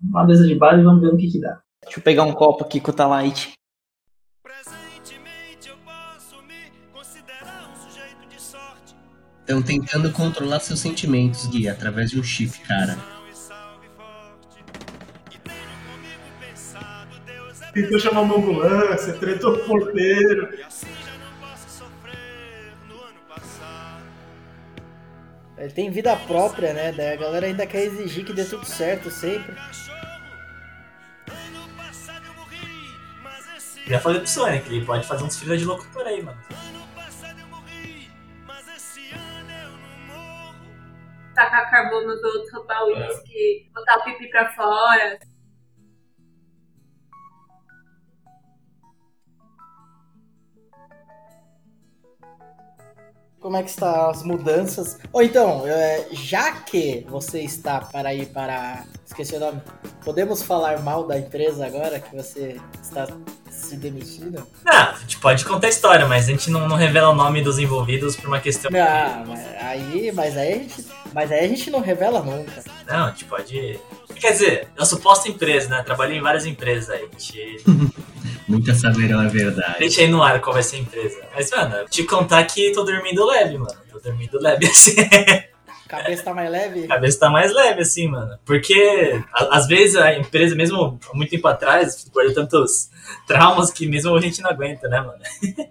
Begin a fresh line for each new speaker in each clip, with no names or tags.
uma mesa de bar e vamos ver no que, que dá.
Deixa eu pegar um copo aqui com o Talite.
Presentemente eu posso me considerar um sujeito de sorte.
Estão tentando controlar seus sentimentos, Gui, através de um chip, cara.
São e salve forte. E tenho comigo pensado, Deus é
Tentou chamar uma ambulância, tretou o porteiro.
E assim já não posso sofrer no ano passado.
Ele tem vida própria, né? Daí a galera ainda quer exigir que dê tudo certo sempre.
Ano passado eu morri, mas esse
Já falei pro Sonic, ele pode fazer uns filhos de locutor aí, mano.
ano passado eu morri, mas esse ano eu não morro.
Tacar carbono nos outros, roubar uísque, botar o pipi pra fora.
Como é que está as mudanças? Ou então, é, já que você está para ir para. Esqueci o nome. Podemos falar mal da empresa agora que você está se demitindo?
Ah, a gente pode contar a história, mas a gente não, não revela o nome dos envolvidos por uma questão.
Ah, mas aí, mas aí a gente. Mas aí a gente não revela nunca.
Não, a gente pode. Quer dizer, é uma suposta empresa, né? Trabalhei em várias empresas aí. A gente
Nunca saberão a verdade.
deixa aí no ar qual vai ser a empresa. Mas, mano, te contar que tô dormindo leve, mano. Tô dormindo leve assim.
Cabeça tá mais leve?
A cabeça tá mais leve, assim, mano. Porque, a- às vezes, a empresa, mesmo há muito tempo atrás, guarda tantos traumas que mesmo a gente não aguenta, né, mano?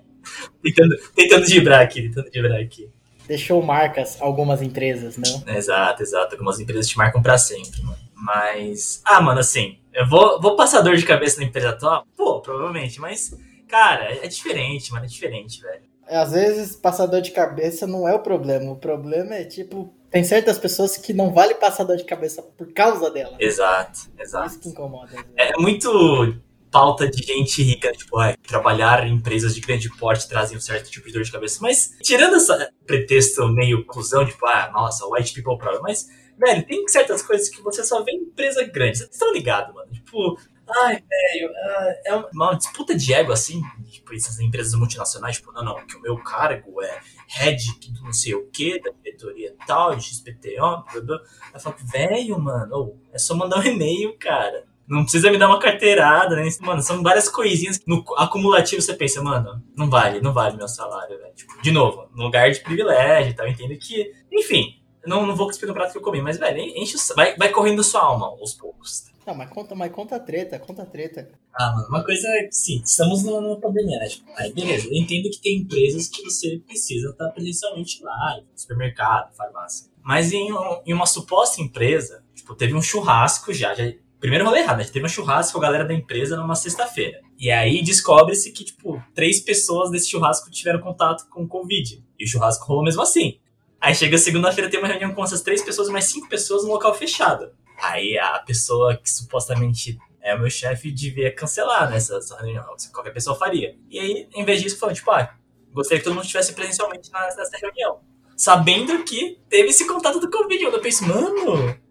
tentando, tentando gibrar aqui, tentando gibrar aqui.
Deixou marcas algumas empresas, não?
Exato, exato. Algumas empresas te marcam pra sempre, mano. Mas. Ah, mano, assim, eu vou, vou passar dor de cabeça na empresa atual? Pô, provavelmente, mas. Cara, é diferente, mano, é diferente, velho.
Às vezes, passador de cabeça não é o problema. O problema é, tipo, tem certas pessoas que não vale passador de cabeça por causa dela.
Exato, exato.
Isso que incomoda. né?
É muito pauta de gente rica, tipo, ai, trabalhar em empresas de grande porte trazem um certo tipo de dor de cabeça. Mas, tirando esse pretexto meio cuzão, tipo, ah, nossa, white people problem, mas, velho, tem certas coisas que você só vê em empresa grande. Vocês estão ligados, mano? Tipo, ai, velho, ah, é uma- uma disputa de ego, assim, tipo, essas empresas multinacionais, tipo, não, não, que o meu cargo é head do não sei o que, da diretoria tal, de XPTO, blá, blá, blá. Eu falo, velho, mano, ô, é só mandar um e-mail, cara. Não precisa me dar uma carteirada, né? Mano, são várias coisinhas que no acumulativo você pensa, mano, não vale, não vale meu salário, velho. Tipo, de novo, no lugar de privilégio e tal, eu entendo que. Enfim, eu não, não vou cuspir no prato que eu comi, mas, velho, enche o, sa- vai, vai correndo sua alma aos poucos.
Não, mas conta, mas conta a treta, conta a treta.
Ah, mano, uma coisa é que, sim, estamos numa, numa pandemia, né? Tipo, aí beleza, eu entendo que tem empresas que você precisa estar presencialmente lá, em supermercado, farmácia. Mas em, um- em uma suposta empresa, tipo, teve um churrasco já, já primeiro rolê errado, né? Teve um churrasco com a galera da empresa numa sexta-feira. E aí descobre-se que, tipo, três pessoas desse churrasco tiveram contato com o Covid. E o churrasco rolou mesmo assim. Aí chega segunda-feira, tem uma reunião com essas três pessoas, e mais cinco pessoas num local fechado. Aí a pessoa que supostamente é, o meu chefe devia cancelar nessa essa reunião, isso qualquer pessoa faria. E aí, em vez disso, falou, tipo, ah, gostaria que todo mundo estivesse presencialmente na- nessa reunião. Sabendo que teve esse contato do Covid. Eu penso, mano,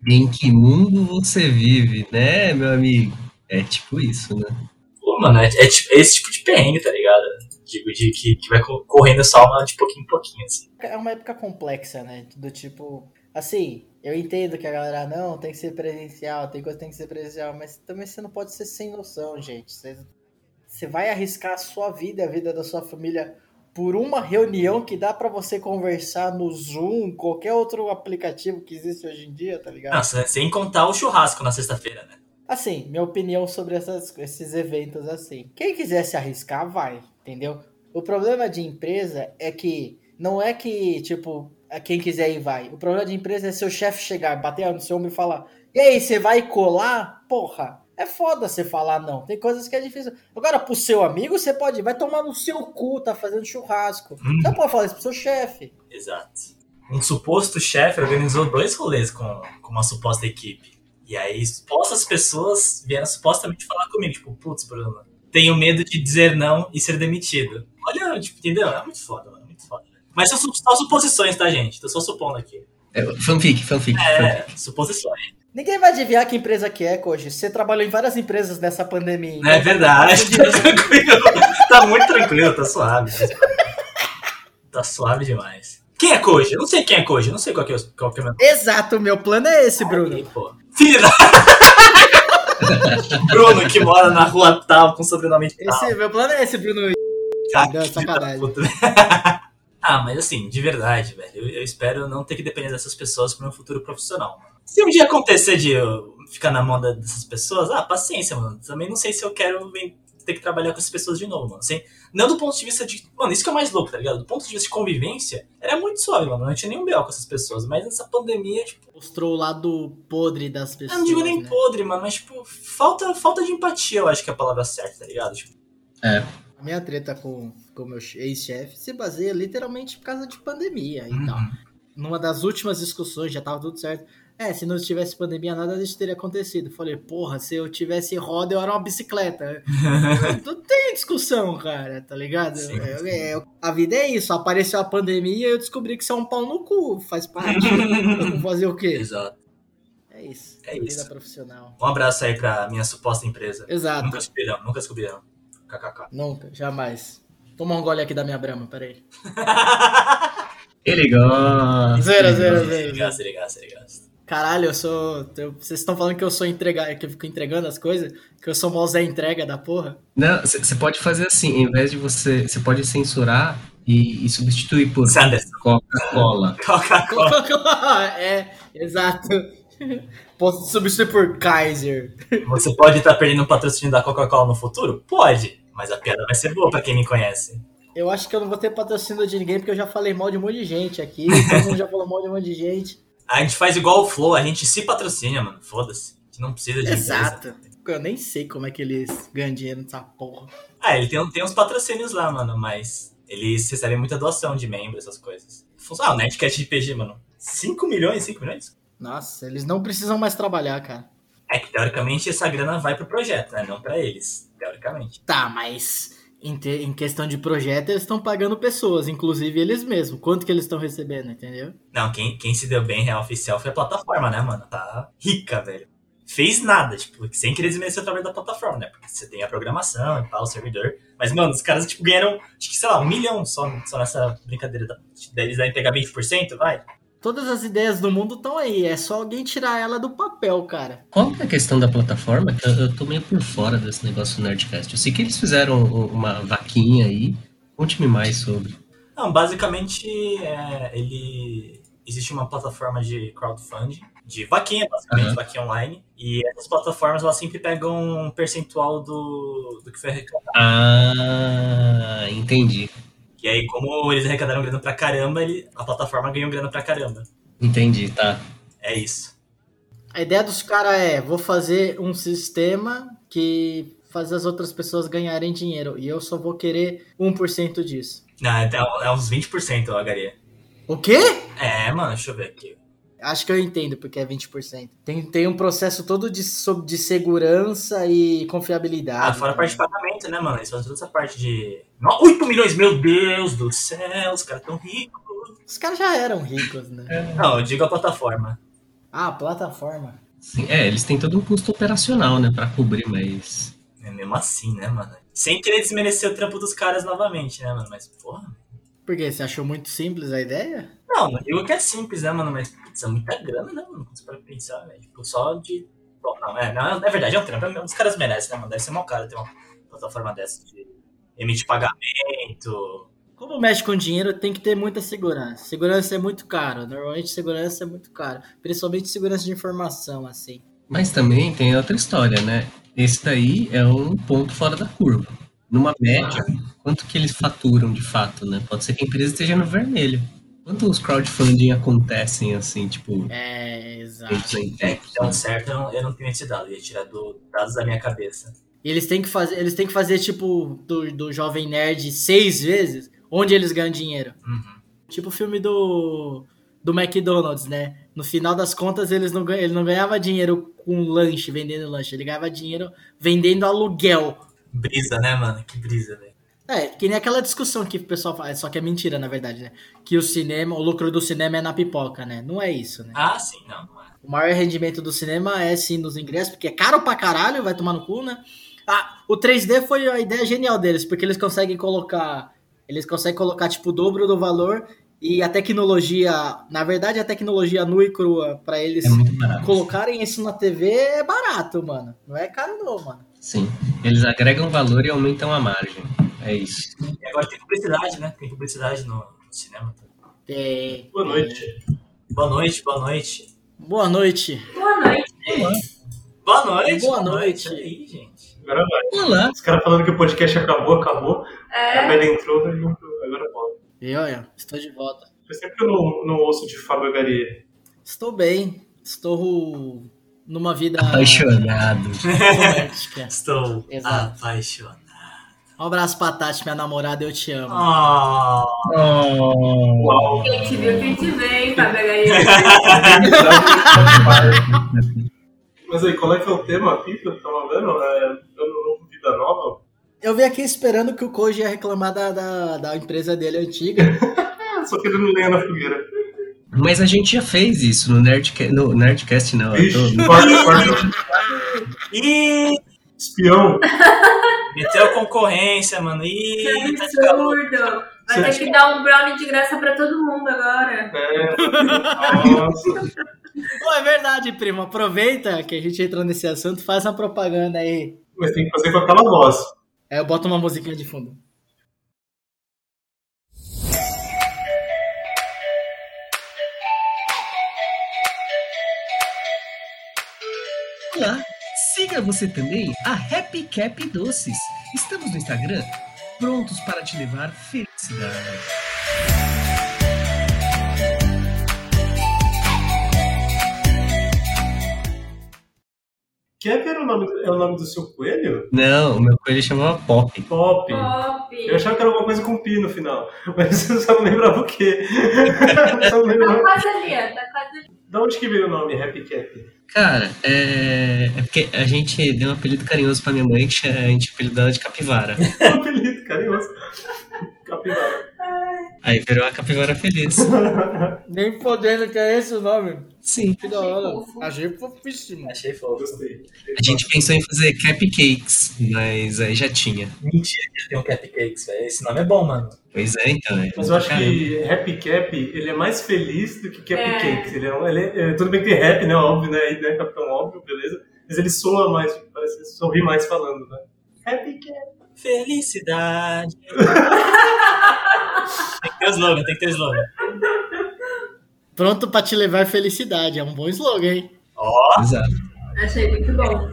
Em que mundo você vive, né, meu amigo? É tipo isso, né?
pô, mano, é, é tipo- é esse tipo de perrengue, tá ligado? Digo, de que, que vai co- correndo a sua alma de pouquinho em pouquinho, assim.
É uma época complexa, né? Do tipo, assim, eu entendo que a galera, não, tem que ser presencial, tem coisa que tem que ser presencial, mas também você não pode ser sem noção, gente. Você, você vai arriscar a sua vida e a vida da sua família por uma reunião que dá pra você conversar no Zoom, qualquer outro aplicativo que existe hoje em dia, tá ligado?
Nossa, sem contar o churrasco na sexta-feira, né?
Assim, minha opinião sobre essas- esses eventos assim. Quem quiser se arriscar, vai, entendeu? O problema de empresa é que não é que, tipo, a quem quiser ir vai. O problema de empresa é seu chefe chegar, bater no seu ombro e falar: E aí, você vai colar? Porra, é foda você falar não. Tem coisas que é difícil. Agora, pro seu amigo, você pode ir, vai tomar no seu cu, tá fazendo churrasco.
Hum.
Você não pode falar isso pro seu chefe.
Exato. Um suposto chefe organizou dois rolês com, com uma suposta equipe. E aí, supostas pessoas vieram supostamente falar comigo, tipo, putz, Bruno, tenho medo de dizer não e ser demitido. Olha, tipo, entendeu? É muito foda, mano, é muito foda. Mas são su- só suposições, tá, gente? Tô só supondo aqui.
É, fanfic, fanfic, fanfic.
É, suposições.
Ninguém vai adivinhar que empresa que é, Koji. Você trabalhou em várias empresas nessa pandemia. então.
É verdade, tá tranquilo. tá muito tranquilo, tá suave. Tá suave demais. Quem é Koji? Eu não sei quem é Koji, eu não sei qual que é, o- qual que é o meu
Exato, meu plano é esse, Bruno.
Pô. Filho da... que mora na rua tal, com sobrenome de tal.
Esse, meu plano é esse, Bruno.
Cara,
Não,
que filho da
sacanagem.
puta. ah, mas assim, de verdade, velho, eu, eu espero não ter que depender dessas pessoas para meu futuro profissional. Se um dia acontecer de eu ficar na mão da- dessas pessoas, ah, paciência, mano. Também não sei se eu quero vem- ter que trabalhar com essas pessoas de novo, mano. Assim, não do ponto de vista de. Mano, isso que é o mais louco, tá ligado? Do ponto de vista de convivência, era muito suave, mano. Não tinha nenhum B.O. com essas pessoas. Mas nessa pandemia, tipo,
Mostrou o lado podre das pessoas.
eu não digo nem
né?
podre, mano, mas, tipo, falta, falta de empatia, eu acho que é a palavra certa, tá ligado? Tipo,
A minha treta com com o meu ex-chefe se baseia literalmente por causa de pandemia e tal.
Uhum.
Numa das últimas discussões, já tava tudo certo. É, se não tivesse pandemia, nada disso teria acontecido. Falei, porra, se eu tivesse roda, eu era uma bicicleta. não tem discussão, cara, tá ligado?
Sim,
É, é, a vida é isso. Apareceu a pandemia e eu descobri que isso é um pau no cu. Faz parte. Eu vou fazer o quê?
Exato.
É isso.
É
vida
isso.
profissional.
Um abraço aí pra minha suposta empresa. Nunca
Exato.
descobrirão, nunca descobrirão. KKK.
Nunca, jamais. Tomar um gole aqui da minha brama, peraí.
Ele gosta.
Zero,
ele
zero,
gosta.
Se
zero.
ligar, se ligar, se ligar.
Caralho, eu sou. eu- vocês estão falando que eu sou entregar, que eu fico entregando as coisas, que eu sou mó Zé entrega da porra.
Não, você pode fazer assim, em vez de você. Você pode censurar e, e substituir por
Sanderson,
Coca-Cola.
é Coca-Cola.
é, exato. Posso substituir por Kaiser.
Você pode estar perdendo um patrocínio da Coca-Cola no futuro? Pode. Mas a piada vai ser boa pra quem me conhece.
Eu acho que eu não vou ter patrocínio de ninguém, porque eu já falei mal de um monte de gente aqui. Todo mundo já falou mal de um monte de gente.
A gente faz igual o Flow, a gente se patrocina, mano. Foda-se. A gente não precisa de empresa.
Exato. Eu nem sei como é que eles ganham dinheiro nessa porra.
Ah, ele tem, tem uns patrocínios lá, mano, mas eles recebem muita doação de membro, essas coisas. Funciona, ah, o Nerdcast de PG, mano. 5 milhões, 5 milhões?
Nossa, eles não precisam mais trabalhar, cara.
É que teoricamente essa grana vai pro projeto, né? Não pra eles. Teoricamente.
Tá, mas em, te- em questão de projeto, eles estão pagando pessoas, inclusive eles mesmos. Quanto que eles estão recebendo, entendeu?
Não, quem, quem se deu bem real oficial foi a plataforma, né, mano? Tá rica, velho. Fez nada, tipo, sem querer desmerecer o trabalho da plataforma, né? Porque você tem a programação e tal, o servidor. Mas, mano, os caras, tipo, ganharam, acho que, sei lá, um milhão só, só nessa brincadeira. Da, eles devem pegar 20%, vai?
Todas as ideias do mundo estão aí, é só alguém tirar ela do papel, cara.
Qual que é a questão da plataforma? Que Eu, eu tô meio por fora desse negócio do Nerdcast. Eu sei que eles fizeram u- uma vaquinha aí. Conte-me mais sobre.
Não, basicamente, é, ele. Existe uma plataforma de crowdfunding, de vaquinha, basicamente,
Aham.
vaquinha online. E essas plataformas, elas sempre pegam um percentual do, do que foi arrecadado.
Ah, entendi.
E aí, como eles arrecadaram grana pra caramba, ele, a plataforma ganhou grana pra caramba.
Entendi, tá.
É isso.
A ideia dos caras é: vou fazer um sistema que faz as outras pessoas ganharem dinheiro e eu só vou querer 1% disso.
Não, é, é uns 20%, eu agaria.
O quê?
É, mano, deixa eu ver aqui.
Acho que eu entendo porque é 20%. Tem, tem um processo todo de, sob- de segurança e
Ah,
confiabilidade.
fora a parte de
também.
pagamento, né, mano? Eles fazem toda essa parte de. No- 8 milhões, meu Deus do céu, os caras tão ricos.
Os caras já eram ricos, né?
Não, eu digo a plataforma.
Ah, plataforma.
Sim, é, eles têm todo um custo operacional, né, pra cobrir, mas.
É mesmo assim, né, mano? Sem querer desmerecer o trampo dos caras novamente, né, mano? Mas, porra.
Por quê? Você achou muito simples a ideia?
Não, não digo que é simples, né, mano? Mas putz, é muita grana, né, mano? Quando você para pensar, velho. Tipo, só de. Bom, não, é, não, é verdade, é um trampo. é- Os caras merecem, né, mano? Deve ser mal caro ter uma plataforma dessa de emitir pagamento.
Como mexe com dinheiro, tem que ter muita segurança. Segurança é muito caro. Normalmente segurança é muito caro. Principalmente segurança de informação, assim.
Mas também tem outra história, né? Esse daí é um ponto fora da curva. Numa média, quanto que eles faturam de fato, né? Pode ser que a empresa esteja no vermelho. Quantos crowdfunding acontecem assim, tipo,
É, exato.
dentro da
É,
Intec?
então, certo, eu não, eu não tenho esse dado. Eu ia tirar do, dados da minha cabeça.
E eles têm que fazer, eles têm que fazer tipo do, do jovem nerd seis vezes, onde eles ganham dinheiro.
Uhum.
Tipo o filme do do McDonald's, né? No final das contas, eles não ganha- ele não ganhava dinheiro com lanche, vendendo lanche, ele ganhava dinheiro vendendo aluguel.
Brisa, né, mano? Que brisa, velho.
É, que nem aquela discussão que o pessoal fala, só que é mentira, na verdade, né? Que o cinema, o lucro do cinema é na pipoca, né? Não é isso, né?
Ah, sim, não. não é.
O maior rendimento do cinema é sim nos ingressos, porque é caro pra caralho, vai tomar no cu, né? Ah, o 3D foi a ideia genial deles, porque eles conseguem colocar. Eles conseguem colocar, tipo, o dobro do valor E a tecnologia, na verdade, a tecnologia nua e crua pra eles
É muito barato.
colocarem isso na TV é barato, mano. Não é caro não, mano.
Sim. Eles agregam valor e aumentam a margem. É isso.
E agora tem publicidade, né? Tem publicidade no, no cinema. tá?
Tem.
Boa noite.
Boa noite, boa noite.
É, Boa noite.
Boa noite.
Boa noite.
Boa noite.
E aí, gente.
Agora vai.
Olá.
Os caras falando que o podcast acabou, acabou. A
É,
velha entrou, daí eu- agora volta.
E olha, estou de volta.
Faz tempo que eu não, não ouço de Fábio Garia.
Estou bem. Estou numa vida
Apaixonado.
romântica.
Estou
Exato.
apaixonado.
Um abraço pra Tati, minha namorada, eu te amo.
Ah,
Oh.
Uau.
quem te viu, quem te vê, Fábio Gaia.
Mas aí, qual é que é o tema aqui que eu tava vendo? É, ano novo, vida nova?
Eu vim aqui esperando que o Koji ia reclamar da, da, da empresa dele antiga.
Ah, só que ele não lenha na fogueira.
Mas a gente já fez isso no Nerdcast. No Nerdcast não. Eu
Vixe,
tô...
guarda, guarda.
Ih,
Espião.
meteu a concorrência, mano. Ih,
Que absurdo. Vai ter que dar um brownie de graça pra todo mundo agora.
É. Nossa.
Pô, é verdade, primo. Aproveita que a gente entrou nesse assunto, faz uma propaganda aí.
Mas tem que fazer com aquela voz.
Aí eu boto uma musiquinha de fundo.
Olá. Siga você também a Happy Cap Doces. Estamos no Instagram, prontos para te levar felicidade.
Kevin era o nome, é o nome do seu coelho?
Não, o meu coelho chamava Pop.
Pop.
Top.
Eu achava que era alguma coisa com pi no final, mas eu só não lembrava o quê. só não
Tá
lembrava.
quase ali, ó, tá quase ali.
Da onde que veio o nome Happy Cap?
Cara, é... é porque a gente deu um apelido carinhoso pra minha mãe, que a gente apelidou ela de capivara.
É um apelido carinhoso. Capivara.
Aí virou a capivara feliz.
Nem podendo que é esse o nome.
Sim.
Que da hora. Achei fofíssimo.
Achei fofo.
Gostei.
A gente pensou em fazer capcakes, mas aí já tinha.
Mentira que tem um Cupcakes, velho. Esse nome é bom, mano.
Pois é, então. é.
Mas eu acho
Caramba.
que Happy Cap, ele é mais feliz do que Cap
É.
Cakes. Ele é, um, ele é- tudo bem que tem rap, né? Óbvio, né? E, né? Capitão óbvio, beleza? Mas ele soa mais, tipo, parece que sorri mais falando, né? Happy Cap.
Felicidade. tem que ter slogan, tem que ter slogan.
Pronto pra te levar felicidade. É um bom slogan, hein?
Ó,
Exato.
Achei muito bom.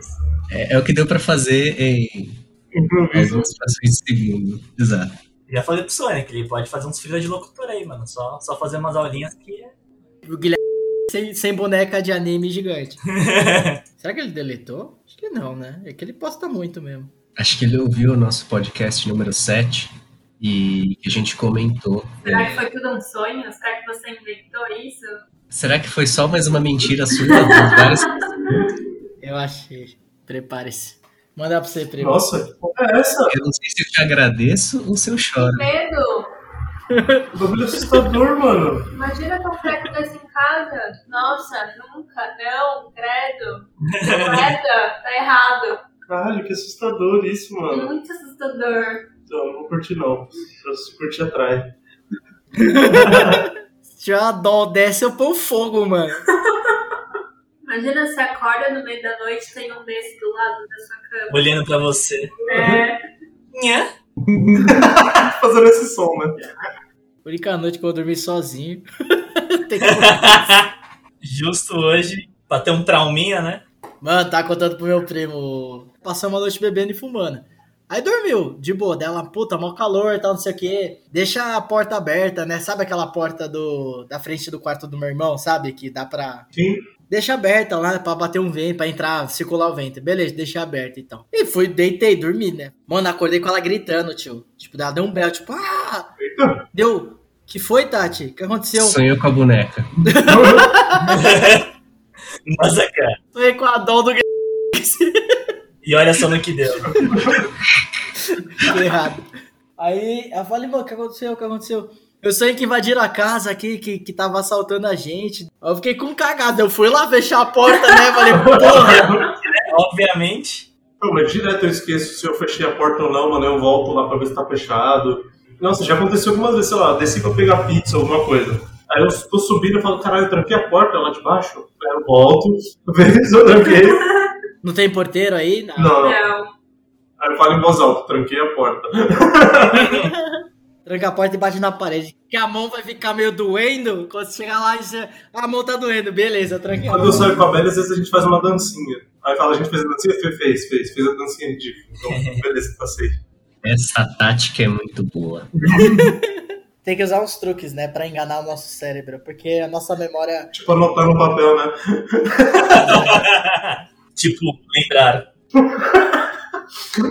É, é o que deu pra fazer em
Improviso.
algumas frações de segundo. Exato.
já falei pro Sonic, ele pode fazer uns filhos de locutor aí, mano. Só, só fazer umas aulinhas que é.
O Guilherme é sem, sem boneca de anime gigante. Será que ele deletou? Acho que não, né? É que ele posta muito mesmo.
Acho que ele ouviu o nosso podcast número 7 e que a gente comentou.
Será
é,
que foi tudo um sonho? Será que você inventou isso?
será que foi só mais uma mentira sua? Várias-
Eu achei. Prepare-se. Mandar pra você, primo.
Nossa, que porra é essa?
Eu não sei se eu te agradeço ou se eu choro.
Medo?
O bagulho é assustador, mano.
Imagina com um treco desse em casa. Nossa, nunca, não, credo. Credo, tá errado.
Caralho, que assustador isso, mano.
Muito assustador.
Não, não vou curtir não. Se eu curtir atrai.
Se tiver uma dó dessa, eu pôr fogo, mano.
Imagina se acorda no meio da noite tem um desse do lado da sua cama.
Olhando pra você.
É,
Nhã.
Fazendo esse som, né?
Única noite que eu dormi sozinho. Tem que...
Justo hoje, pra ter um trauminha, né?
Mano, tá contando pro meu primo. Passou uma noite bebendo e fumando. Aí dormiu, de boa. Dela, puta, mó calor e tal, não sei o quê. Deixa a porta aberta, né? Sabe aquela porta do da frente do quarto do meu irmão, sabe? Que dá pra.
Sim.
Deixa aberta lá pra bater um vento, pra entrar, circular o vento. Beleza, deixa aberta então. E fui, deitei, dormi, né? Mano, acordei com ela gritando, tio. Tipo, ela deu um belo, tipo, ah!
Eita.
Deu. Que foi, Tati? O que aconteceu?
Sonhou com a boneca.
Nossa, é, cara.
Sonhei com a dó do
E olha só no que deu.
Tudo errado. Aí eu falei, mano, o que aconteceu? O que aconteceu? Eu sei que invadiram a casa aqui, que, que tava assaltando a gente. Eu fiquei com cagada. Eu fui lá fechar a porta, né? Falei, porra!
Obviamente.
Pô, mas direto eu esqueço se eu fechei a porta ou não, mano. Eu volto lá pra ver se tá fechado. Nossa, já aconteceu algumas vezes, sei lá, eu desci pra pegar pizza, alguma coisa. Aí eu tô subindo e falo, caralho, eu tranquei a porta lá de baixo. Aí eu volto, vejo se eu tranquei.
Não tem porteiro aí? Não.
Não, não.
Não.
Aí eu falo em voz alta, tranquei a porta.
Tranca a porta e bate na parede. Que a mão vai ficar meio doendo. Quando você chegar lá, você... a mão tá doendo. Beleza, tranquei a
Quando eu
mão.
saio com a Bela, às vezes a gente faz uma dancinha. Aí fala, a gente fez a dancinha? Fez, fez, fez, fez a dancinha ridícula. Então, beleza, passei.
Essa tática é muito boa.
Tem que usar uns truques, né? Pra enganar o nosso cérebro. Porque a nossa memória.
Tipo, anotar no papel, né?
Tipo, lembrar.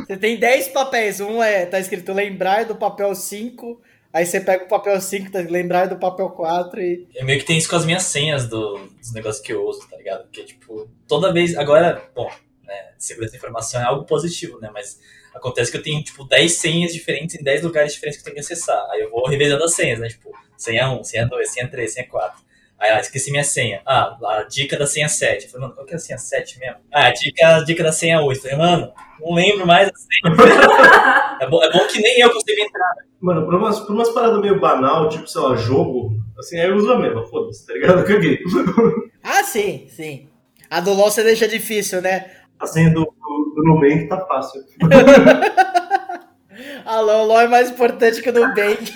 Você tem 10 papéis. Um é tá escrito lembrar do papel 5. Aí você pega o papel 5, tá lembrar do papel 4 e.
Eu meio que tenho isso com as minhas senhas do- dos negócios que eu uso, tá ligado? Porque, tipo, toda vez. Agora, bom, né, segurança da informação é algo positivo, né? Mas acontece que eu tenho, tipo, 10 senhas diferentes em 10 lugares diferentes que eu tenho que acessar. Aí eu vou revezando as senhas, né? Tipo, senha 1, senha 2, senha 3, senha 4. Aí, ah, esqueci minha senha. Ah, a dica da senha 7. Eu falei, mano, qual que é a senha 7 mesmo? Ah, a dica, a dica da senha 8. Eu falei, mano, não lembro mais a senha. é, bom, é bom que nem eu consigo entrar.
né? Mano, por umas, por umas paradas meio banal, tipo, sei lá, jogo, assim, aí eu uso a mesma, foda-se, tá ligado? Caguei.
Ah, sim, sim. A do LOL você deixa difícil, né?
A senha do, do, do Nubank tá fácil.
A LOL, o LOL é mais importante que o Nubank.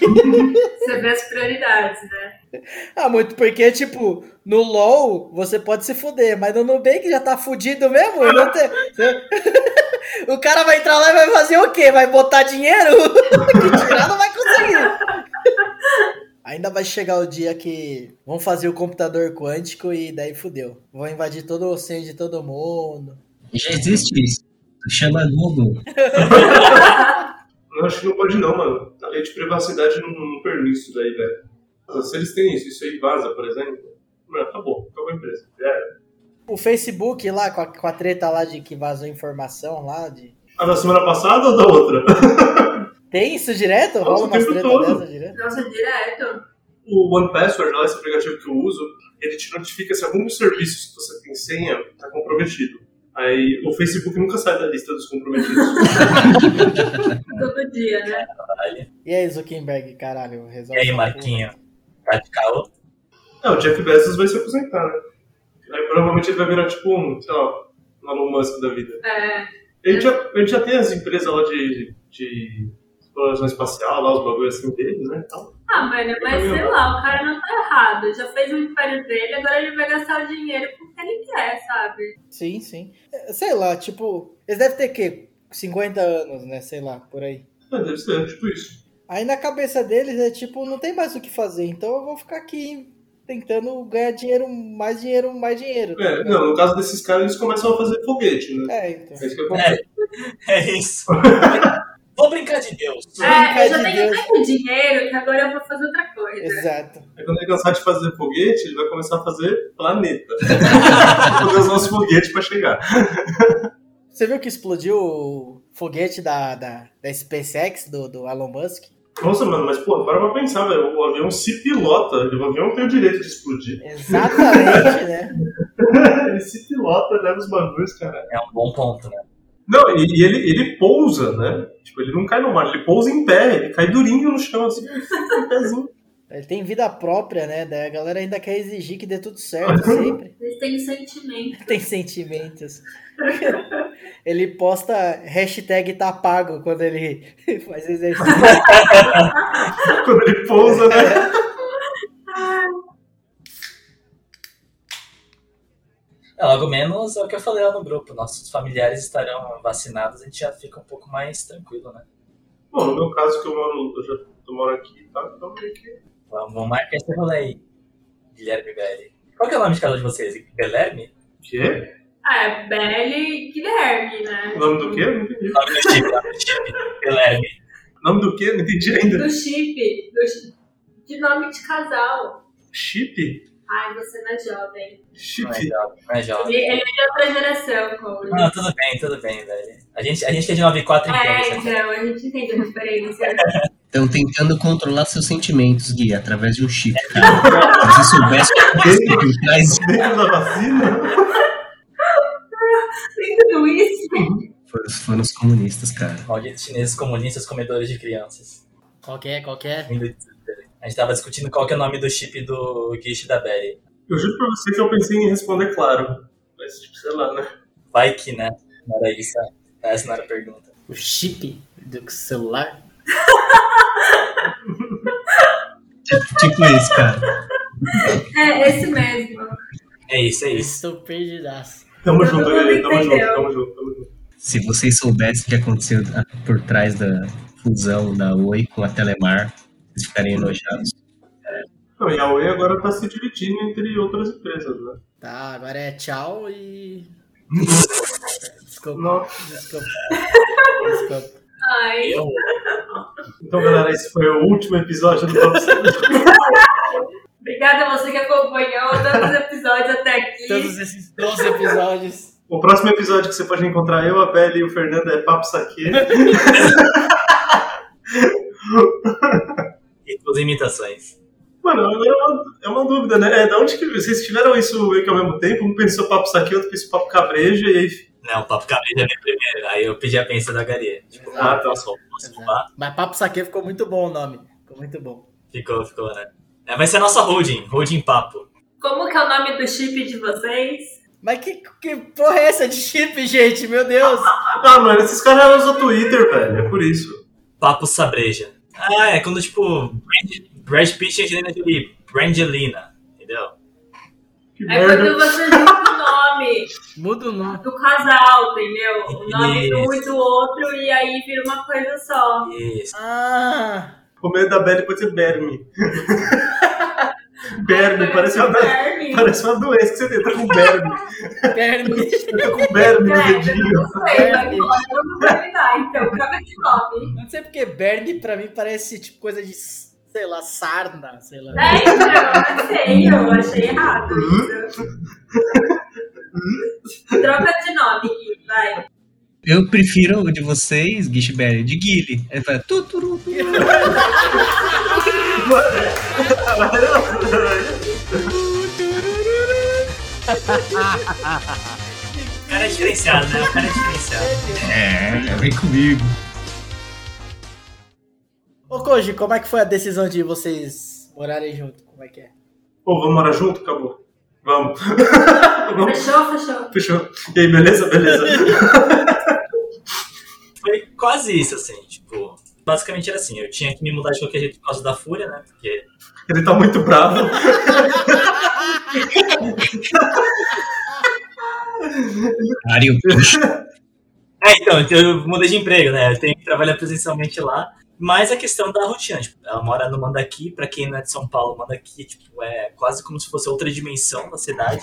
Você vê as prioridades, né?
Ah, muito porque, tipo, no LOL você pode se fuder, mas no Nubank já tá fudido mesmo. não tem- o cara vai entrar lá e vai fazer o quê? Vai botar dinheiro? que tirar não vai conseguir. Ainda vai chegar o dia que vão fazer o computador quântico e daí fudeu. Vão invadir todo o senho de todo mundo.
Já existe isso. Chama Google.
Eu acho que não pode não, mano. A lei de privacidade não, não permite isso daí, velho. Se eles têm isso, isso aí vaza, por exemplo, mano, acabou, acabou a empresa. É. Já era.
O Facebook lá, com a, com a treta lá de que vazou informação lá, de
A da semana passada ou da outra?
Tem isso direto? Rola
Nossa, o
umas
tempo
treta
todo.
dessa direto?
Nossa, direto.
O One Password, lá, esse aplicativo que eu uso, ele te notifica se algum dos serviços que você tem senha tá comprometido. Aí o Facebook nunca sai da lista dos comprometidos.
Todo dia, né?
E aí, Zuckerberg, caralho,
E
resolve.
aí,
essa
Marquinho? Radical.
é, o Jeff Bezos vai se aposentar, né? Aí provavelmente ele vai virar tipo um, sei lá, um Elon Musk da vida.
É.
A gente, já, a gente já tem as empresas lá de, de exploração espacial, lá os bagulhos assim deles, né? Então,
Ah, mano, mas sei lá, o cara não tá errado. Já fez o império dele, agora ele vai gastar o dinheiro com o que ele quer, sabe?
porra. Sim, sim. É, Sei lá, tipo, eles devem ter quê? 50 anos, né? Sei lá, por aí.
é, deve ser tipo isso.
Aí na cabeça deles é tipo, não tem mais o que fazer, então eu vou ficar aqui tentando ganhar dinheiro, mais dinheiro, mais dinheiro. tá
É,
ligado?
não, no caso desses caras, eles começam a fazer foguete, né?
É, então.
É isso que acontece.
É isso. Vou brincar de Deus.
É, eu já
de
tenho
Deus.
tanto dinheiro que agora eu vou fazer outra coisa.
Exato.
Aí quando ele cansar de fazer foguete, ele vai começar a fazer planeta. Pra poder usar os foguetes pra chegar.
Você viu que explodiu o foguete da, da, da SpaceX, do, do Elon Musk?
Nossa, mano, mas pô, para pra pensar, velho. O avião se pilota, o avião tem o direito de explodir. É,
Exatamente, né?
ele se pilota, leva os bagulhos, cara.
É um bom ponto, né?
Não, e, e ele, ele pousa, né? Tipo, ele não cai no mar, ele pousa em pé, ele cai durinho no chão, assim, em pezinho.
Ele tem vida própria, né? Daí a galera ainda quer exigir que dê tudo certo sempre.
Eles têm um sentimento.
tem sentimentos. ele posta hashtag tá pago quando ele faz exercício.
Quando ele pousa, né?
É, logo menos é o que eu falei lá no grupo. Nossos familiares estarão vacinados, a gente já fica um pouco mais tranquilo, né?
Bom, no meu caso, que eu moro, eu já eu moro aqui, tá? Então meio que.
Vamos, vamos marcar esse rolê aí. Guilherme Belli. Qual que é o nome de cada um de vocês? Guilherme?
Quê?
Ah, é Belle e Guilherme, né?
O nome do quê? Não entendi.
Nome do time, nome do time. Guilherme.
Nome do quê? Não entendi ainda.
Do chip. Do chi- De nome de casal.
Chip?
Ai, você não é jovem.
Não é
Chip.
jovem, não é
Ele
jovem.
ele é de outra geração, Cole.
Não, tudo bem, tudo bem, velho. A gente, a gente que é de 94
É,
entende.
então, a gente entende a referência.
Estão tentando controlar seus sentimentos, Gui, através de um chip, cara. Se você soubesse o que aconteceu por trás,
Dentro da vacina?
Tem tudo isso.
foram- foram os comunistas, cara.
Malditos chineses comunistas comedores de crianças.
Qual que é, qual que é?
A gente tava discutindo qual que é o nome do chip do Gish e da Berry.
Eu juro pra você que eu pensei em responder claro. Mas, tipo, sei lá, né?
Vai que, né? Não era isso. né? Essa não era a pergunta.
O chip do celular?
Tipo isso, cara.
É, esse mesmo.
É isso, é isso.
Estou perdidaço.
Tamo
Todo
junto,
mundo
Lelê. Tamo junto,
entendeu.
tamo junto, tamo junto.
Se vocês soubessem o que aconteceu a- por trás da fusão da Oi com a Telemar, vocês ficariam enojados.
Não, e a Oi agora tá se dividindo entre outras empresas, né?
Tá, agora é tchau e. Desculpa.
Nossa.
Desculpa. Desculpa.
Ai,
Eu,
Então, galera, esse foi o último episódio do Top 5.
obrigada a você que acompanhou todos os episódios até aqui.
Todos esses 12 episódios.
O próximo episódio que você pode encontrar eu, a Bela e o Fernando é Papo Saque.
e com as imitações.
Mano, agora é uma, é uma dúvida, né? É, da onde que vocês tiveram isso meio que ao mesmo tempo? Um pensou Papo Saque, outro pensou Papo Cabreja, e aí
Não, o Papo Cabrinha já veio primeiro. Aí eu pedi a pensa da Garia. Tipo, ah,
Exato.
posso roubar? Posso roubar?
Mas Papo Saque ficou muito bom o nome. Ficou muito bom.
Ficou, ficou, né? É, vai ser a nossa holding, holding papo.
Como que é o nome do chip de vocês?
Mas que, que porra é essa de chip, gente? Meu Deus!
Ah, mano, esses caras usam Twitter, velho. É por isso.
Papo sabreja. Ah, é quando, tipo, Brad, Brad Pitt e Angelina Jolie. Brangelina, entendeu?
Que
É quando
merda.
você junta o nome
Muda o nome.
do casal, entendeu? O nome de um e
Isso.
do outro, e aí vira uma coisa só.
Isso.
Ah!
O medo da Belly pode ser Berme. Berme, parece uma,
Berme.
parece uma doença que você tem. Tá com Berme.
Perna.
Eu tô com Berme no
É, eu
dedinho.
não sei, mas agora eu não vou lidar, então troca de nome.
Não sei porque Bernie pra mim parece tipo coisa de, sei lá, sarna, sei lá.
É, então, eu sei, eu achei errado isso. Troca de nome, Gui, vai.
Eu prefiro o de vocês, Guichberry, de Guile. Ele fala tuturu.
O cara é diferenciado, né? O cara é diferenciado.
É, vem comigo.
Ô Koji, como é que foi a decisão de vocês morarem junto? Como é que é?
Pô, vamos morar junto? Acabou. Vamos. vamos.
Fechou, fechou.
Fechou. E aí, beleza? Beleza.
foi quase isso, assim, tipo. Basicamente era assim, eu tinha que me mudar de qualquer jeito por causa da fúria, né? Porque.
Ele tá muito bravo.
Mario,
É, então, eu mudei de emprego, né? Eu tenho que trabalhar presencialmente lá. Mas a questão da rotina, tipo, ela mora no Mandaqui, pra quem não é de São Paulo, Mandaqui, tipo, é quase como se fosse outra dimensão da cidade.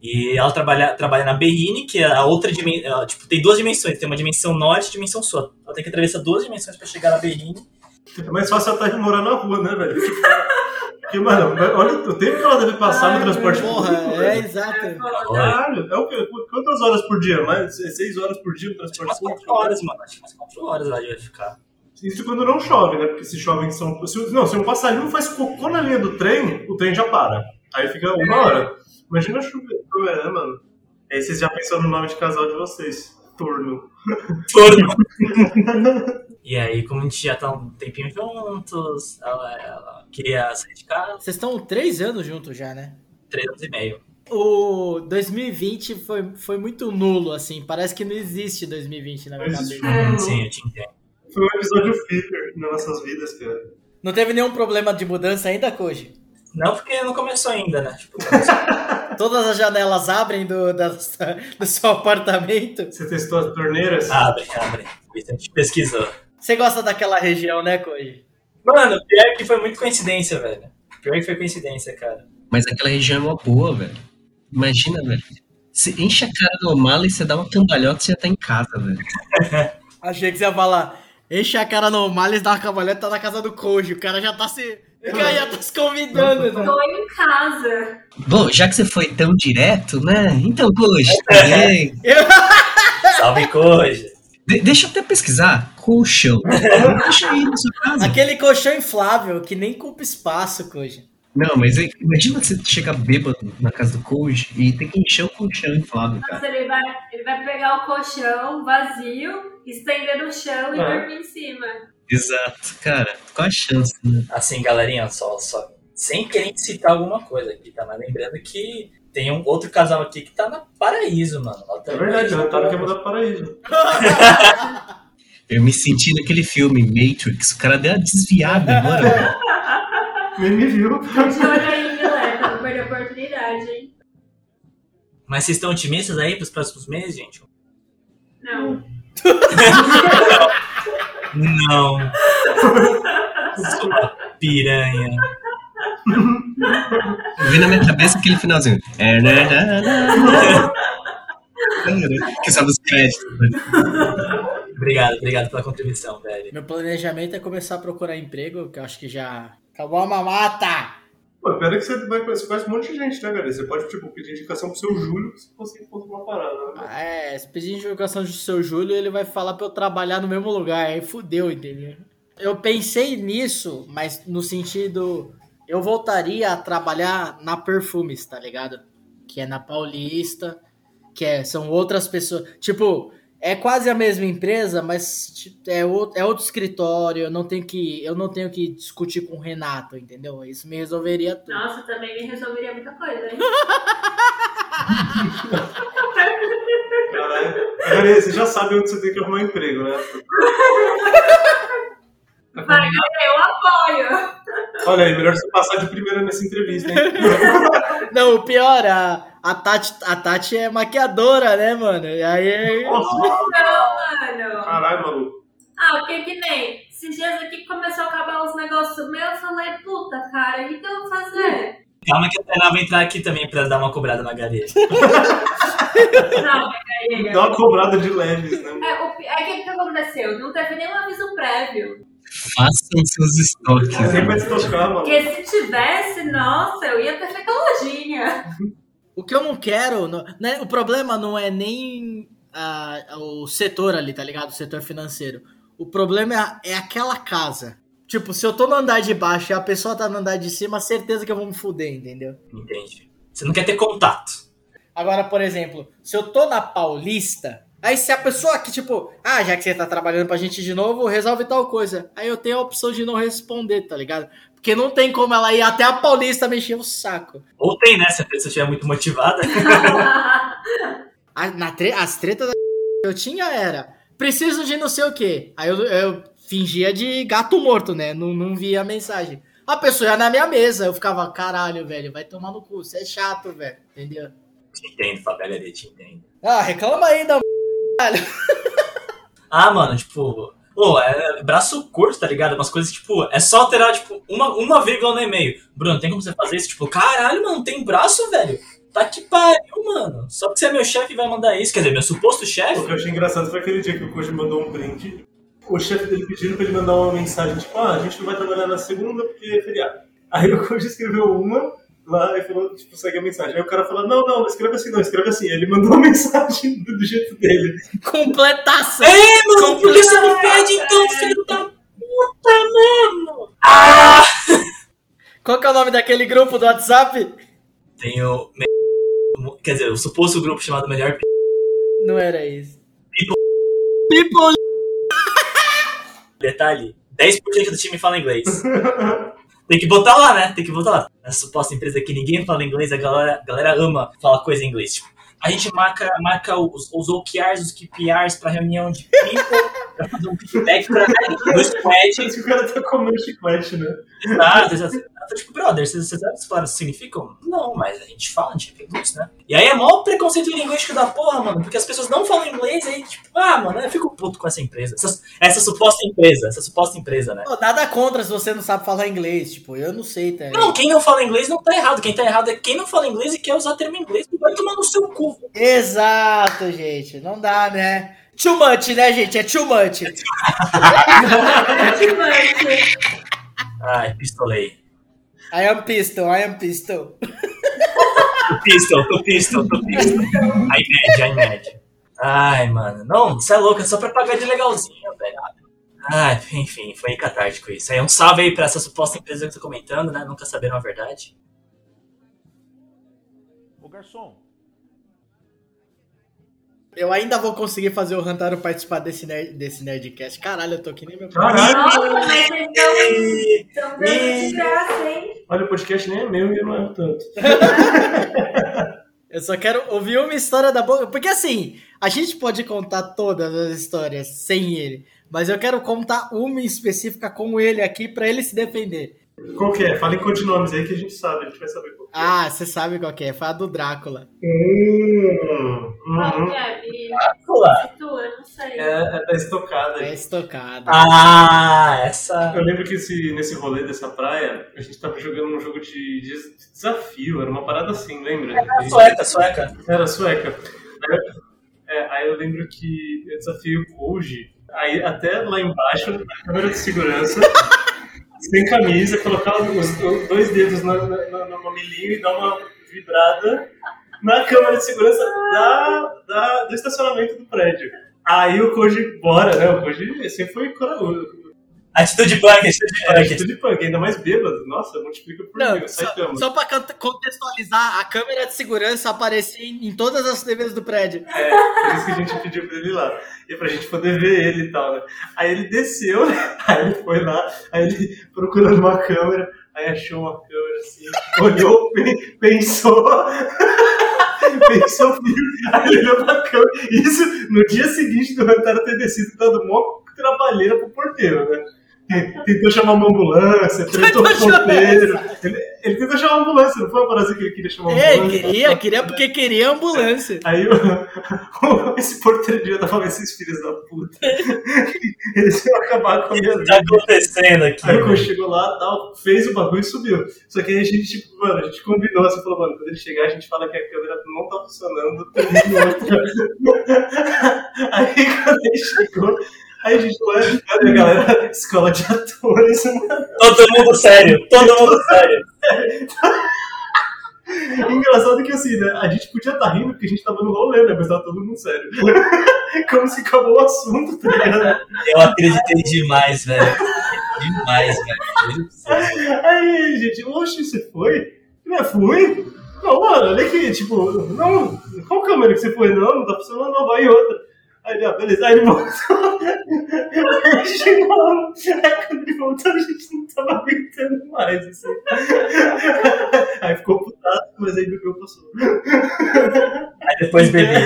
e ela trabalha, trabalha na Berrine, que é a outra dimensão, tipo, tem duas dimensões, tem uma dimensão norte e dimensão sul. Ela tem que atravessar duas dimensões pra chegar na Berrine.
É mais fácil ela tá morar na rua, né, velho? Tipo, Porque, mano, olha o tempo que ela deve passar
Ai,
no transporte
Porra,
público.
é
velho.
Eu
exato.
vou dar-
Caralho, é o quê? Quantas horas por dia? Mais seis horas por dia no
Acho que
transporte
umas
público?
quatro horas, mano. Acho que umas quatro horas lá de vai ficar.
Isso quando não chove, né? Porque se chove em São Paulo. Se, não, se um passarinho faz cocô na linha do trem, o trem já para. Aí fica uma hora. Imagina chover, né, mano? Aí vocês já pensam no nome de casal de vocês. Turno.
e aí, como a gente já tá um tempinho juntos, ela, ela queria sair de casa,
Vocês estão três anos juntos já, né?
três anos e meio.
O 2020 foi, foi muito nulo, assim. Parece que não existe 2020 na minha
Não existe.
cabeça.
Uhum, Sim, eu te entendo.
Foi um episódio filler nas nossas vidas, cara.
Não teve nenhum problema de mudança ainda, Koji?
Não porque não começou ainda, né? Tipo, começou-
Todas as janelas abrem do, da- do seu apartamento.
Você testou as torneiras?
abre, abre. Isso a gente pesquisou.
Você gosta daquela região, né, Koji?
Mano, pior que foi muito coincidência, velho. Pior que foi coincidência, cara.
Mas aquela região é uma boa, velho. Imagina, velho. Você enche a cara do mala e você dá uma cambalhota e você já tá em casa, velho.
Achei que você ia falar. Enche a cara no Males, dá uma cavalhada tá na casa do Koji. O cara já tá se. O cara já tá se convidando, né?
Tô em casa.
Bom, já que você foi tão direto, né? Então, hoje, também.
Salve, coisa.
De- deixa eu até pesquisar. Colchão. Deixa aí na sua casa.
Aquele colchão inflável que nem culpa espaço, Koji.
Não, mas aí, imagina você chegar bêbado na casa do coach e ter que encher o colchão inflável, cara.
Nossa, ele vai, ele vai pegar o colchão vazio estender no chão e
É.
dormir em cima.
Exato, cara. Qual a chance, né?
Assim, galerinha, só, só sem querer citar alguma coisa aqui, tá? Mas lembrando que tem um outro casal aqui que tá na Paraíso, mano. Lá
É
também,
verdade, o
tá
Renato quer mudar pro paraíso.
Eu me senti naquele filme Matrix. O cara deu uma desviada agora.
Nem me viu.
De olho aí, galera, pra não perder a oportunidade, hein?
Mas vocês estão otimistas aí pros próximos meses, gente?
Não.
Não. Sua piranha.
Eu vi na minha cabeça aquele finalzinho. É, né, né, né. Cara, Que sabe os créditos. né?
Obrigado, obrigado pela contribuição, velho.
Meu planejamento é começar a procurar emprego, que eu acho que já acabou a mamata.
Pô, pera que você vai conhecer quase um monte de gente, né, galera? Você pode, tipo, pedir indicação pro seu Júlio se você encontrar uma parada, né?
Ah, É, se pedir indicação do seu Júlio, ele vai falar pra eu trabalhar no mesmo lugar. Aí fudeu, entendeu? Eu pensei nisso, mas no sentido. Eu voltaria a trabalhar na Perfumes, tá ligado? Que é na Paulista, que é, são outras pessoas. Tipo, é quase a mesma empresa, mas tipo, é, outro, é outro escritório. Eu não, tenho que, eu não tenho que discutir com o Renato, entendeu? Isso me resolveria tudo.
Nossa, também me resolveria muita coisa, hein?
Caralho. Galera, você já sabe onde você tem que arrumar emprego, né?
Vai, eu apoio.
Olha aí, melhor você passar de primeira nessa entrevista, hein?
Não, o pior, a, a, Tati, a Tati é maquiadora, né, mano? E aí.
Nossa,
Não, mano.
caralho, maluco.
Ah, o que que nem? Esses dias aqui começou a acabar os negócios meus, eu falei, puta, cara, o que que eu vou fazer?
Calma que a Tainá vai entrar aqui também pra dar uma cobrada na galera.
Não, peraí.
Dá uma cobrada de leves, né?
É, o, pi- é que que aconteceu? Não teve nenhum aviso prévio.
Façam seus estoques.
Ninguém
né?
vai se tocar, maluco.
Porque se tivesse, nossa, eu ia ter feito a lojinha.
O que eu não quero. não- né, o problema não é nem ah, o setor ali, tá ligado? O setor financeiro. O problema é, a- é aquela casa. Tipo, se eu tô no andar de baixo e a pessoa tá no andar de cima, certeza que eu vou me fuder, entendeu?
Entende? Você não quer ter contato.
Agora, por exemplo, se eu tô na Paulista, aí se a pessoa que, tipo, ah, já que você tá trabalhando pra gente de novo, resolve tal coisa. Aí eu tenho a opção de não responder, tá ligado? Porque não tem como ela ir até a Paulista mexer o saco.
Ou tem, né? Se a pessoa estiver muito motivada.
A- na tre- as tretas da que eu tinha era, preciso de não sei o quê. Aí eu, eu fingia de gato morto, né? Não, não via a mensagem. A pessoa ia na minha mesa, eu ficava, caralho, velho, vai tomar no cu, você é chato, velho, entendeu?
Te entendo, Fabela, eu te entendo.
Ah, reclama aí da
Ah, mano, tipo. Pô, é braço curto, tá ligado? Umas coisas, tipo, é só alterar, tipo, uma, uma vírgula no e-mail. Bruno, tem como você fazer isso? Tipo, caralho, mano, tem braço, velho. Tá que pariu, mano. Só porque você é meu chefe e vai mandar isso. Quer dizer, meu suposto
O que
chefe.
eu achei engraçado foi aquele dia que o Koji mandou um print. O chefe dele pedindo pra ele mandar uma mensagem, tipo, ah, a gente não vai trabalhar na segunda porque é feriado. Aí o Koji escreveu uma lá e falou, tipo, segue a mensagem. Aí o cara falou, não, não, não escreve assim, não, escreve assim. Aí ele mandou uma mensagem do, do jeito dele.
completação.
É, mano, por que você não pede então, filho da puta, mano? Ah!
Qual que é o nome daquele grupo do WhatsApp?
Tem o. Quer dizer, o suposto grupo chamado Melhor
Não era isso.
People.
People.
Detalhe, 10% do time fala inglês. Tem que botar lá, né? Tem que botar lá. Essa suposta empresa que ninguém fala inglês, a galera, a galera ama falar coisa em inglês. Tipo, a gente marca, marca os, os OKRs, os QPRs pra reunião de people, pra fazer um feedback pra dois pets.
Gente, o cara tá comendo chiclete, né?
Exato, exato. Eu tô Tipo, brother, Ah, vocês vocês sabem o que essas palavras significam? Não, mas a gente fala, a gente aprende isso, né? E aí é maior preconceito linguístico da porra, mano, porque as pessoas não falam inglês, aí, tipo, ah, mano, eu fico puto com essa empresa. Essa, essa suposta empresa, essa suposta empresa, né?
Pô, nada contra se você não sabe falar inglês. Tipo, eu não sei, tá?
Não, quem não fala inglês não tá errado. Quem tá errado é quem não fala inglês e quer usar termo inglês. Vai tomar no seu cu. velho.
Exato, gente. Não dá, né? Too much, né, gente? É too much.
Mas,
Ai, pistolei.
I am pistol, I am pistol.
Tô pistol, tô pistol, tô pistol. Ai, mede, ai, mede. Ai, mano. Não, você é louco, é só pra pagar de legalzinho, velho. Ai, enfim, foi catártico isso. Aí um salve aí pra essa suposta empresa que eu tô comentando, né? Nunca saberam a verdade.
Ô garçom,
Eu ainda vou conseguir fazer o Rantaro participar desse, ner- desse Nerdcast. Caralho, eu tô aqui nem meu
Caralho,
Nossa, mas vocês estão estão dando de graça, hein?
olha, o podcast nem é meu e não é tanto.
Eu só quero ouvir uma história da boca. Porque assim, a gente pode contar todas as histórias sem ele. Mas eu quero contar uma em específica com ele aqui pra ele se defender.
Qual que é? Fala em codinomes aí que a gente sabe, a gente vai saber qual que é.
Ah, você sabe qual que é? Foi a do Drácula.
Hum,
Qual
uhum.
que é, Bi?
Olá.
Situa, eu não sei.
É, é da estocada.
É estocada.
Ah, essa.
Eu lembro que esse- nesse rolê dessa praia, a gente tava jogando um jogo de, de desafio, era uma parada assim, lembra? A
Ah,
gente-
Sueca, sueca.
Era sueca. Aí eu- é, aí eu lembro que eu desafio hoje, aí até lá embaixo, na câmera de segurança, sem camisa, colocar os, os dois dedos na- na- na- no mamilinho e dar uma vibrada na câmera de segurança da, da- do estacionamento do prédio. Aí o Koji, bora, né? O Koji sempre foi corajoso.
Atitude punk, atitude
Era
punk.
atitude é tipo punk, ainda mais bêbado. Nossa, multiplica por
Não,
mil, sai
só,
cama.
só pra cont- contextualizar, a câmera de segurança aparecia em, em todas as TVs do prédio.
Por isso que a gente pediu pra ele ir lá. E pra gente poder ver ele e tal, né? Aí ele desceu, né? aí ele foi lá, aí ele procurando uma câmera, aí achou uma câmera assim, olhou, pe- pensou, pensou, aí ele olhou pra câmera. Isso no dia seguinte do Rantaro ter descido, dando mó trabalheira pro porteiro, né? Tentou chamar uma ambulância, tretou com o
chamar
porteiro. Ele, ele tentou chamar uma ambulância, não foi uma parada que ele queria chamar uma
Ei,
ambulância.
É, queria, queria porque queria ambulância.
Aí o, esse porteiro devia estar falando esses filhos da puta. Eles iam acabar com a
O
minha
que tá
vida.
acontecendo aqui?
Aí o Coach chegou lá, tal, fez o bagulho e subiu. Só que aí a gente, tipo, mano, a gente combinou, assim, falou, mano, quando ele chegar a gente fala que a câmera não tá funcionando, termina outra. Aí quando ele chegou, aí a gente falou, é, cadê a galera? Escola de atores,
Todo mundo sério, todo mundo sério.
Engraçado que assim, né? A gente podia estar rindo porque a gente tava no rolê, né? Mas tava todo mundo sério. Como se acabou o assunto, tá ligado?
Eu acreditei demais, velho. Demais, velho.
Aí, gente, oxe, você foi? Né, fui? Não, mano, olha aqui, tipo, não, qual câmera que você foi? Não, não tá funcionando, não, vai outra. Aí ele, ah, beleza, aí ele voltou. Aí a gente chegou lá, aí quando ele voltou, a gente não tava aguentando mais, assim. Aí ficou putado, mas aí bebeu passou.
Aí depois bebi.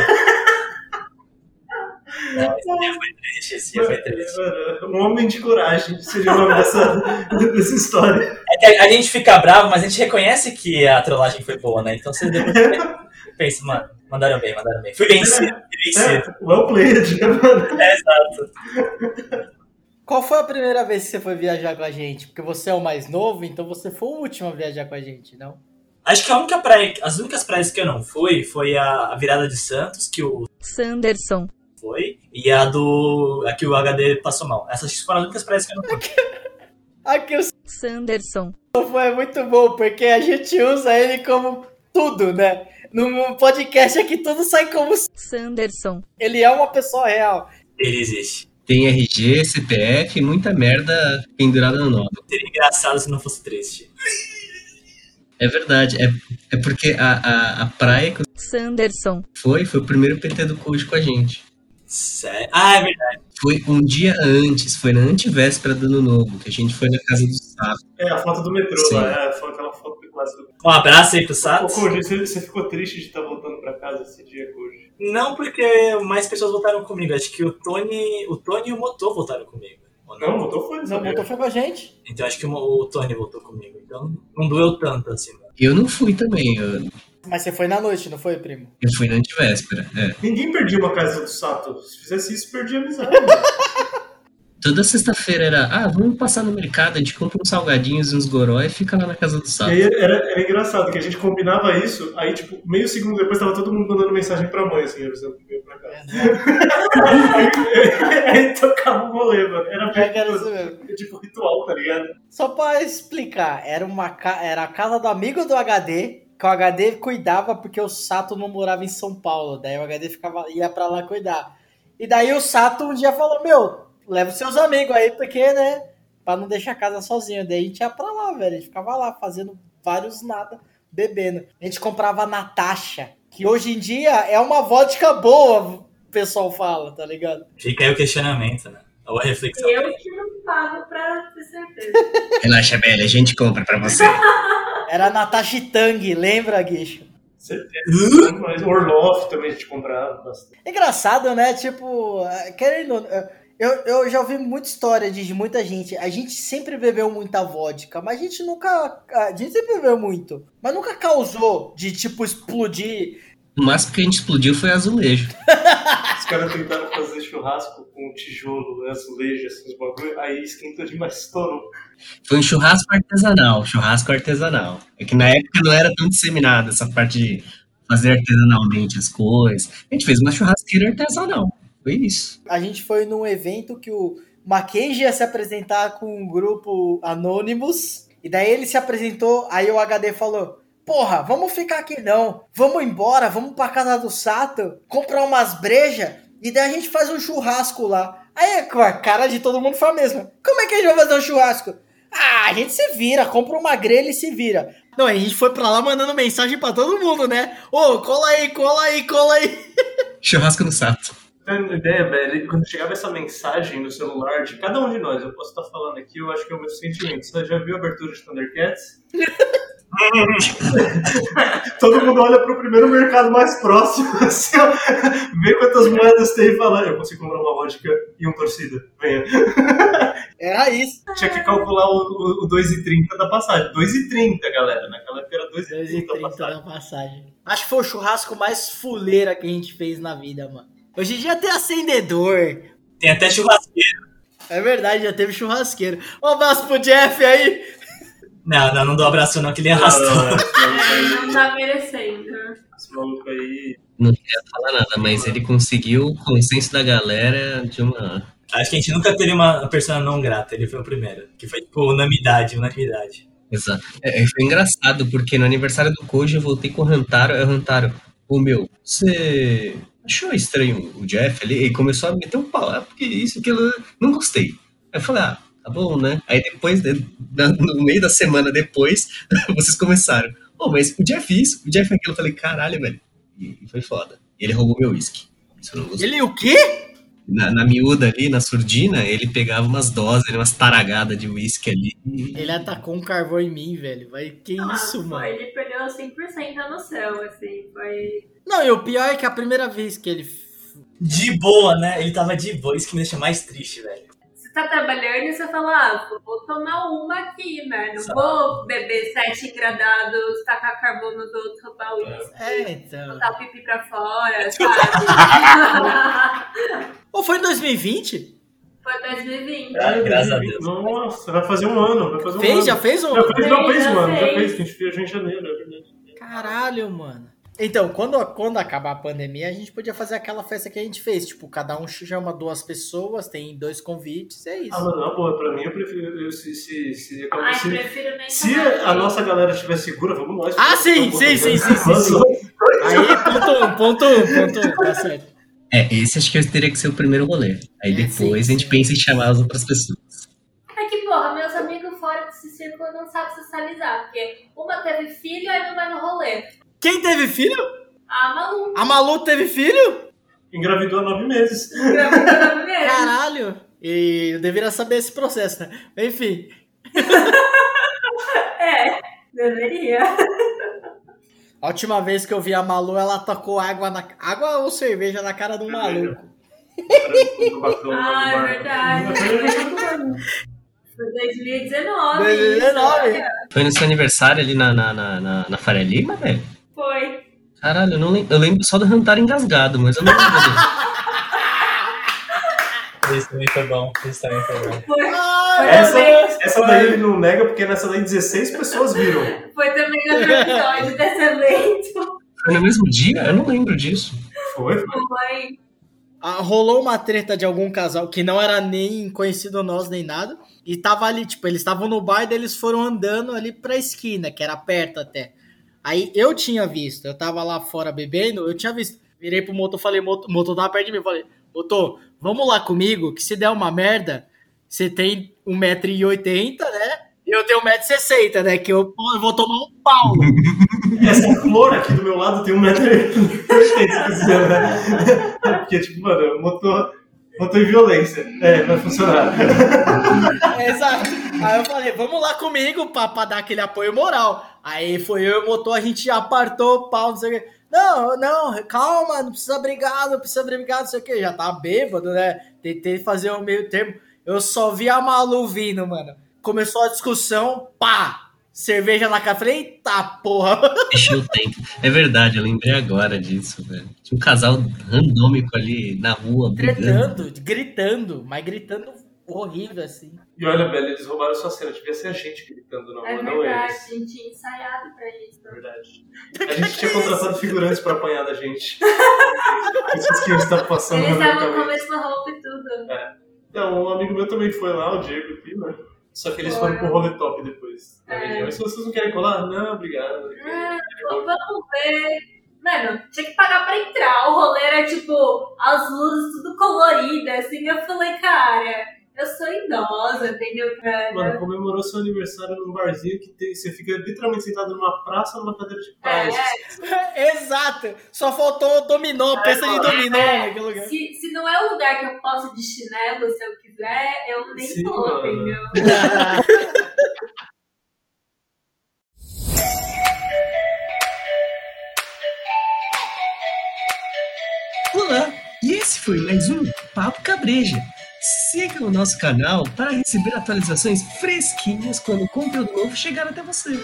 Não, Esse dia foi triste, esse dia foi triste.
Um homem de coragem, seja o nome dessa, dessa história.
É que a, a gente fica bravo, mas a gente reconhece que a trollagem foi boa, né? Então você depois pensa, mano, mandaram bem, mandaram bem. Fui vencido, fui vencido.
É, well played, né, mano?
É, exato.
Qual foi a primeira vez que você foi viajar com a gente? Porque você é o mais novo, então você foi o último a viajar com a gente, não?
Acho que a única praia, as únicas praias que eu não fui foi a, a virada de Santos, que o
Sanderson,
foi, e a do. a que o HD passou mal. Essas foram as únicas praias que eu não fui.
Aqui o
Sanderson,
Sofo é muito bom, porque a gente usa ele como tudo, né? No podcast aqui tudo sai como se
Sanderson,
ele é uma pessoa real.
Ele existe.
Tem RG, CPF e muita merda pendurada no nó.
Seria engraçado se não fosse triste.
É verdade, é, é porque a, a, a praia que
Sanderson,
foi, foi o primeiro PT do Coach com a gente.
Sério. Ah, é verdade.
Foi um dia antes, foi na antivéspera do ano novo, que a gente foi na casa do Sapo.
É a foto do metrô
Sim.
lá, é, foi aquela foto que quase. do-
Um abraço aí pro
Ô,
Sato.
Koji, você, você ficou triste de estar voltando pra casa esse dia, Koji?
Não porque mais pessoas votaram comigo. Acho que o Tony. O Tony e o Motor votaram comigo. Ou
Não, botou fone,
Não
sabe?
botou foi com a gente.
Então acho que o, o Tony voltou comigo. Então não doeu tanto assim. né?
Eu não fui também, eu,
Mas você foi na noite, não foi, primo?
eu fui na antivéspera. É.
Ninguém perdia uma casa do Sato. Se fizesse isso, perdia a amizade. mano.
Toda sexta-feira era, ah, vamos passar no mercado, a gente compra uns salgadinhos e uns goró e fica lá na casa do
e
Sapo.
aí era, era engraçado que a gente combinava isso, aí, tipo, meio segundo depois tava todo mundo mandando mensagem pra mãe, assim, avisando que veio pra
É,
casa.
né?
aí tocava o rolê, mano. Era
Eu
bem.
quero isso mesmo.
É tipo ritual, tá ligado?
Só pra explicar, era, uma ca... era a casa do amigo do HD, que o HD cuidava porque o Sato não morava em São Paulo. Daí o HD ficava... ia pra lá cuidar. E daí o Sato um dia falou, meu, leva os seus amigos aí, porque, né? Pra não deixar a casa sozinha. Daí a gente ia pra lá, velho. A gente ficava lá fazendo vários nada, bebendo. A gente comprava Natasha, que hoje em dia é uma vodka boa. pessoal fala, tá ligado?
Fica aí o questionamento, né? Ou a reflexão.
Eu que não pago pra ter certeza.
Relaxa, Bela, a gente compra pra você.
Era a Natasha Tang, lembra, Guicho?
Certeza. Mas Orloff também a gente comprava bastante.
Engraçado, né? Tipo, eh, querendo. eh, Eu, eu já ouvi muita história de de muita gente. A gente sempre bebeu muita vodka, mas a gente nunca. A gente sempre bebeu muito. Mas nunca causou de, tipo, explodir.
O máximo que a gente explodiu foi azulejo.
Os caras tentaram fazer churrasco com tijolo, azulejo, assim, os bagulho. Aí esquentou demais, estourou.
Foi um churrasco artesanal, churrasco artesanal. É que na época não era tão disseminada essa parte de fazer artesanalmente as coisas. A gente fez uma churrasqueira artesanal. Foi isso.
A gente foi num evento que o Mackenzie ia se apresentar com um grupo Anonymous. E daí ele se apresentou, aí o HD falou: Porra, vamos ficar aqui não. Vamos embora, vamos pra casa do Sato, comprar umas brejas. E daí a gente faz um churrasco lá. Aí a cara de todo mundo foi a mesma. Como é que a gente vai fazer um churrasco? Ah, a gente se vira, compra uma grelha e se vira. Não, a gente foi pra lá mandando mensagem pra todo mundo, né? Ô, cola aí, cola aí, cola aí.
Churrasco no sato.
Tem uma ideia, velho? Quando chegava essa mensagem no celular de cada um de nós, eu posso estar falando aqui, eu acho que é o meu sentimento. Você já viu a abertura de Thundercats? Todo mundo olha pro primeiro mercado mais próximo, assim, ó, vê quantas moedas tem e fala, eu consigo comprar uma vodka e um torcida, venha.
Era isso.
Ah.
Tinha que calcular o, o, o 2,30 da passagem. 2,30, galera, naquela época era 2,30 a
2,30
passagem.
da passagem. Então, Acho que foi o churrasco mais fuleira que a gente fez na vida, mano. Hoje em dia tem acendedor.
Tem até churrasqueiro.
É verdade, já teve churrasqueiro. Um abraço pro Jeff aí.
Não, não, não dou abraço não, que ele
Não, não,
arrastou.
não, esse
É, não
maluco aí-
tá merecendo.
esse maluco aí...
Não queria falar nada, mas ele conseguiu o consenso da galera de uma.
Acho que a gente nunca teve uma persona não grata, ele foi o primeiro. Que foi, tipo, unanimidade, unanimidade.
Exato. É, é, foi engraçado, porque no aniversário do Koji eu voltei com o Rantaro. É o Rantaro, ô meu, você achou estranho o Jeff ali? Ele começou a meter um pau, ah, porque isso, aquilo, não gostei. Aí eu falei, ah, tá bom, né? Aí depois, né, na- no meio da semana depois, vocês começaram. Ô, mas o Jeff isso, o Jeff aquilo. Eu falei, caralho, velho. E e foi foda. E ele roubou meu uísque. Isso eu não gostei.
Ele o quê?
Na, na miúda ali, na surdina, ele pegava umas doses, umas taragadas de uísque ali.
Ele atacou um carvão em mim, velho. Vai, que isso,
Foi,
mano.
Ele perdeu 100% da noção, assim. Foi.
Não, e o pior é que a primeira vez que ele.
De boa, né? Ele tava de boa, isso que me deixa mais triste, velho.
Você tá trabalhando e você fala, ah, vou tomar uma aqui, né? Não vou beber sete engradados, tacar carbono nos outros, roubar o uísque,
É, então.
botar o pipi pra fora, sabe?
Ou foi em 2020?
Foi 2020.
Ah, graças a Deus.
Nossa, vai fazer um ano, vai fazer um ano.
Fez? Já fez um?
Já fez, não, fez,
Já
mano. Já
fez.
fez, que a gente viajou em janeiro, é verdade.
Caralho, mano. Então, quando, quando acabar a pandemia, a gente podia fazer aquela festa que a gente fez. Tipo, cada um chama duas pessoas, tem dois convites, é
Ah,
isso.
mano, na boa, pra mim eu prefiro. Eu, se, se, se,
Ai,
se,
prefiro nem
se
saber.
a nossa galera estiver segura, vamos nós.
Ah, sim,
Vamos,
sim,
vamos,
sim, sim, sim,
vamos,
sim.
vamos.
Aí, ponto um, ponto um, ponto um, tá certo.
É, esse acho que teria que ser o primeiro rolê. Aí
É,
depois
sim,
a gente
sim.
pensa em chamar as outras pessoas.
É que, porra, meus amigos fora desse círculo não sabem socializar, porque uma teve filho e não vai no rolê.
Quem teve filho?
Ah, maluco,
A Malu teve filho?
Engravidou há nove meses.
gravando é mesmo.
Caralho! E eu deveria saber esse processo, né? Enfim.
É, deveria.
A última vez que eu vi a Malu, ela tacou água na água ou cerveja na cara do maluco.
Ah, é verdade. Foi 2019.
2019.
Foi no seu aniversário ali na, na, na, na, na Faria Lima, velho?
Foi.
Caralho, eu, não lem- eu lembro só do Rantar engasgado, mas eu não lembro. dele.
Esse também foi bom, esse também foi bom.
Foi,
Ah,
Essa,
Parabéns.
essa daí ele não nega, porque nessa daí 16 pessoas viram.
foi também no episódio desse evento.
Foi no mesmo dia? Eu não lembro disso.
Foi, foi.
Foi.
Ah, rolou uma treta de algum casal que não era nem conhecido nós nem nada. E tava ali, tipo, eles estavam no bar, daí eles foram andando ali pra esquina, que era perto até. Aí eu tinha visto, eu tava lá fora bebendo, eu tinha visto. Virei pro motor, falei, motor, motor tava perto de mim, falei, motor, um vamos lá comigo, que se der uma merda, você tem 1,80m, né? Eu tenho 1,60m, né? Que eu eu vou tomar um pau.
Essa flor aqui do meu lado tem um metro e se quiser, né? É Porque, tipo, mano, motor, motor e violência. É, vai funcionar.
Exato. Aí eu falei, vamos lá comigo pra, pra dar aquele apoio moral. Aí foi eu e o motor, a gente apartou o pau, não sei o quê. Não, não, calma, não precisa brigar, não precisa brigar, não sei o quê. Já tá bêbado, né? Tentei fazer o meio termo. Eu só vi a Malu vindo, mano. Começou a discussão, pá! Cerveja na cara. Falei, eita porra!
Encheu o tempo. É verdade, eu lembrei agora disso, velho. Tinha um casal randômico ali na rua, brigando.
Gritando, gritando, mas gritando horrível assim.
E olha, Bela, eles roubaram sua cena. Devia ser a gente gritando na
É
rua, não
verdade,
eles.
a gente tinha ensaiado pra isso.
É verdade. A gente tinha contratado figurantes pra apanhar da gente. Esses que eu estava passando
Eles
na
estavam com a
minha
mesma roupa e tudo.
Não, um amigo meu também foi lá, o Diego Pima. Só que eles foram pro rolê top depois. na
É.
região. Mas se vocês não querem colar, não, obrigado.
Ah, vamos ver. Mano, tinha que pagar pra entrar. O rolê era tipo, as luzes tudo coloridas, assim. Eu falei, cara, eu sou idosa, entendeu, cara?
Mano, comemorou seu aniversário num barzinho que tem- você fica literalmente sentado numa praça numa cadeira de praia.
É,
Exato! Só faltou o dominó, peça de dominó naquele lugar.
se, se não é o lugar que eu posso ir de chinelo, se eu quiser, eu nem
Sim,
vou,
mano.
entendeu?
Olá, e esse foi mais um Papo Cabreja. Siga o nosso canal para receber atualizações fresquinhas quando o conteúdo novo chegar até você.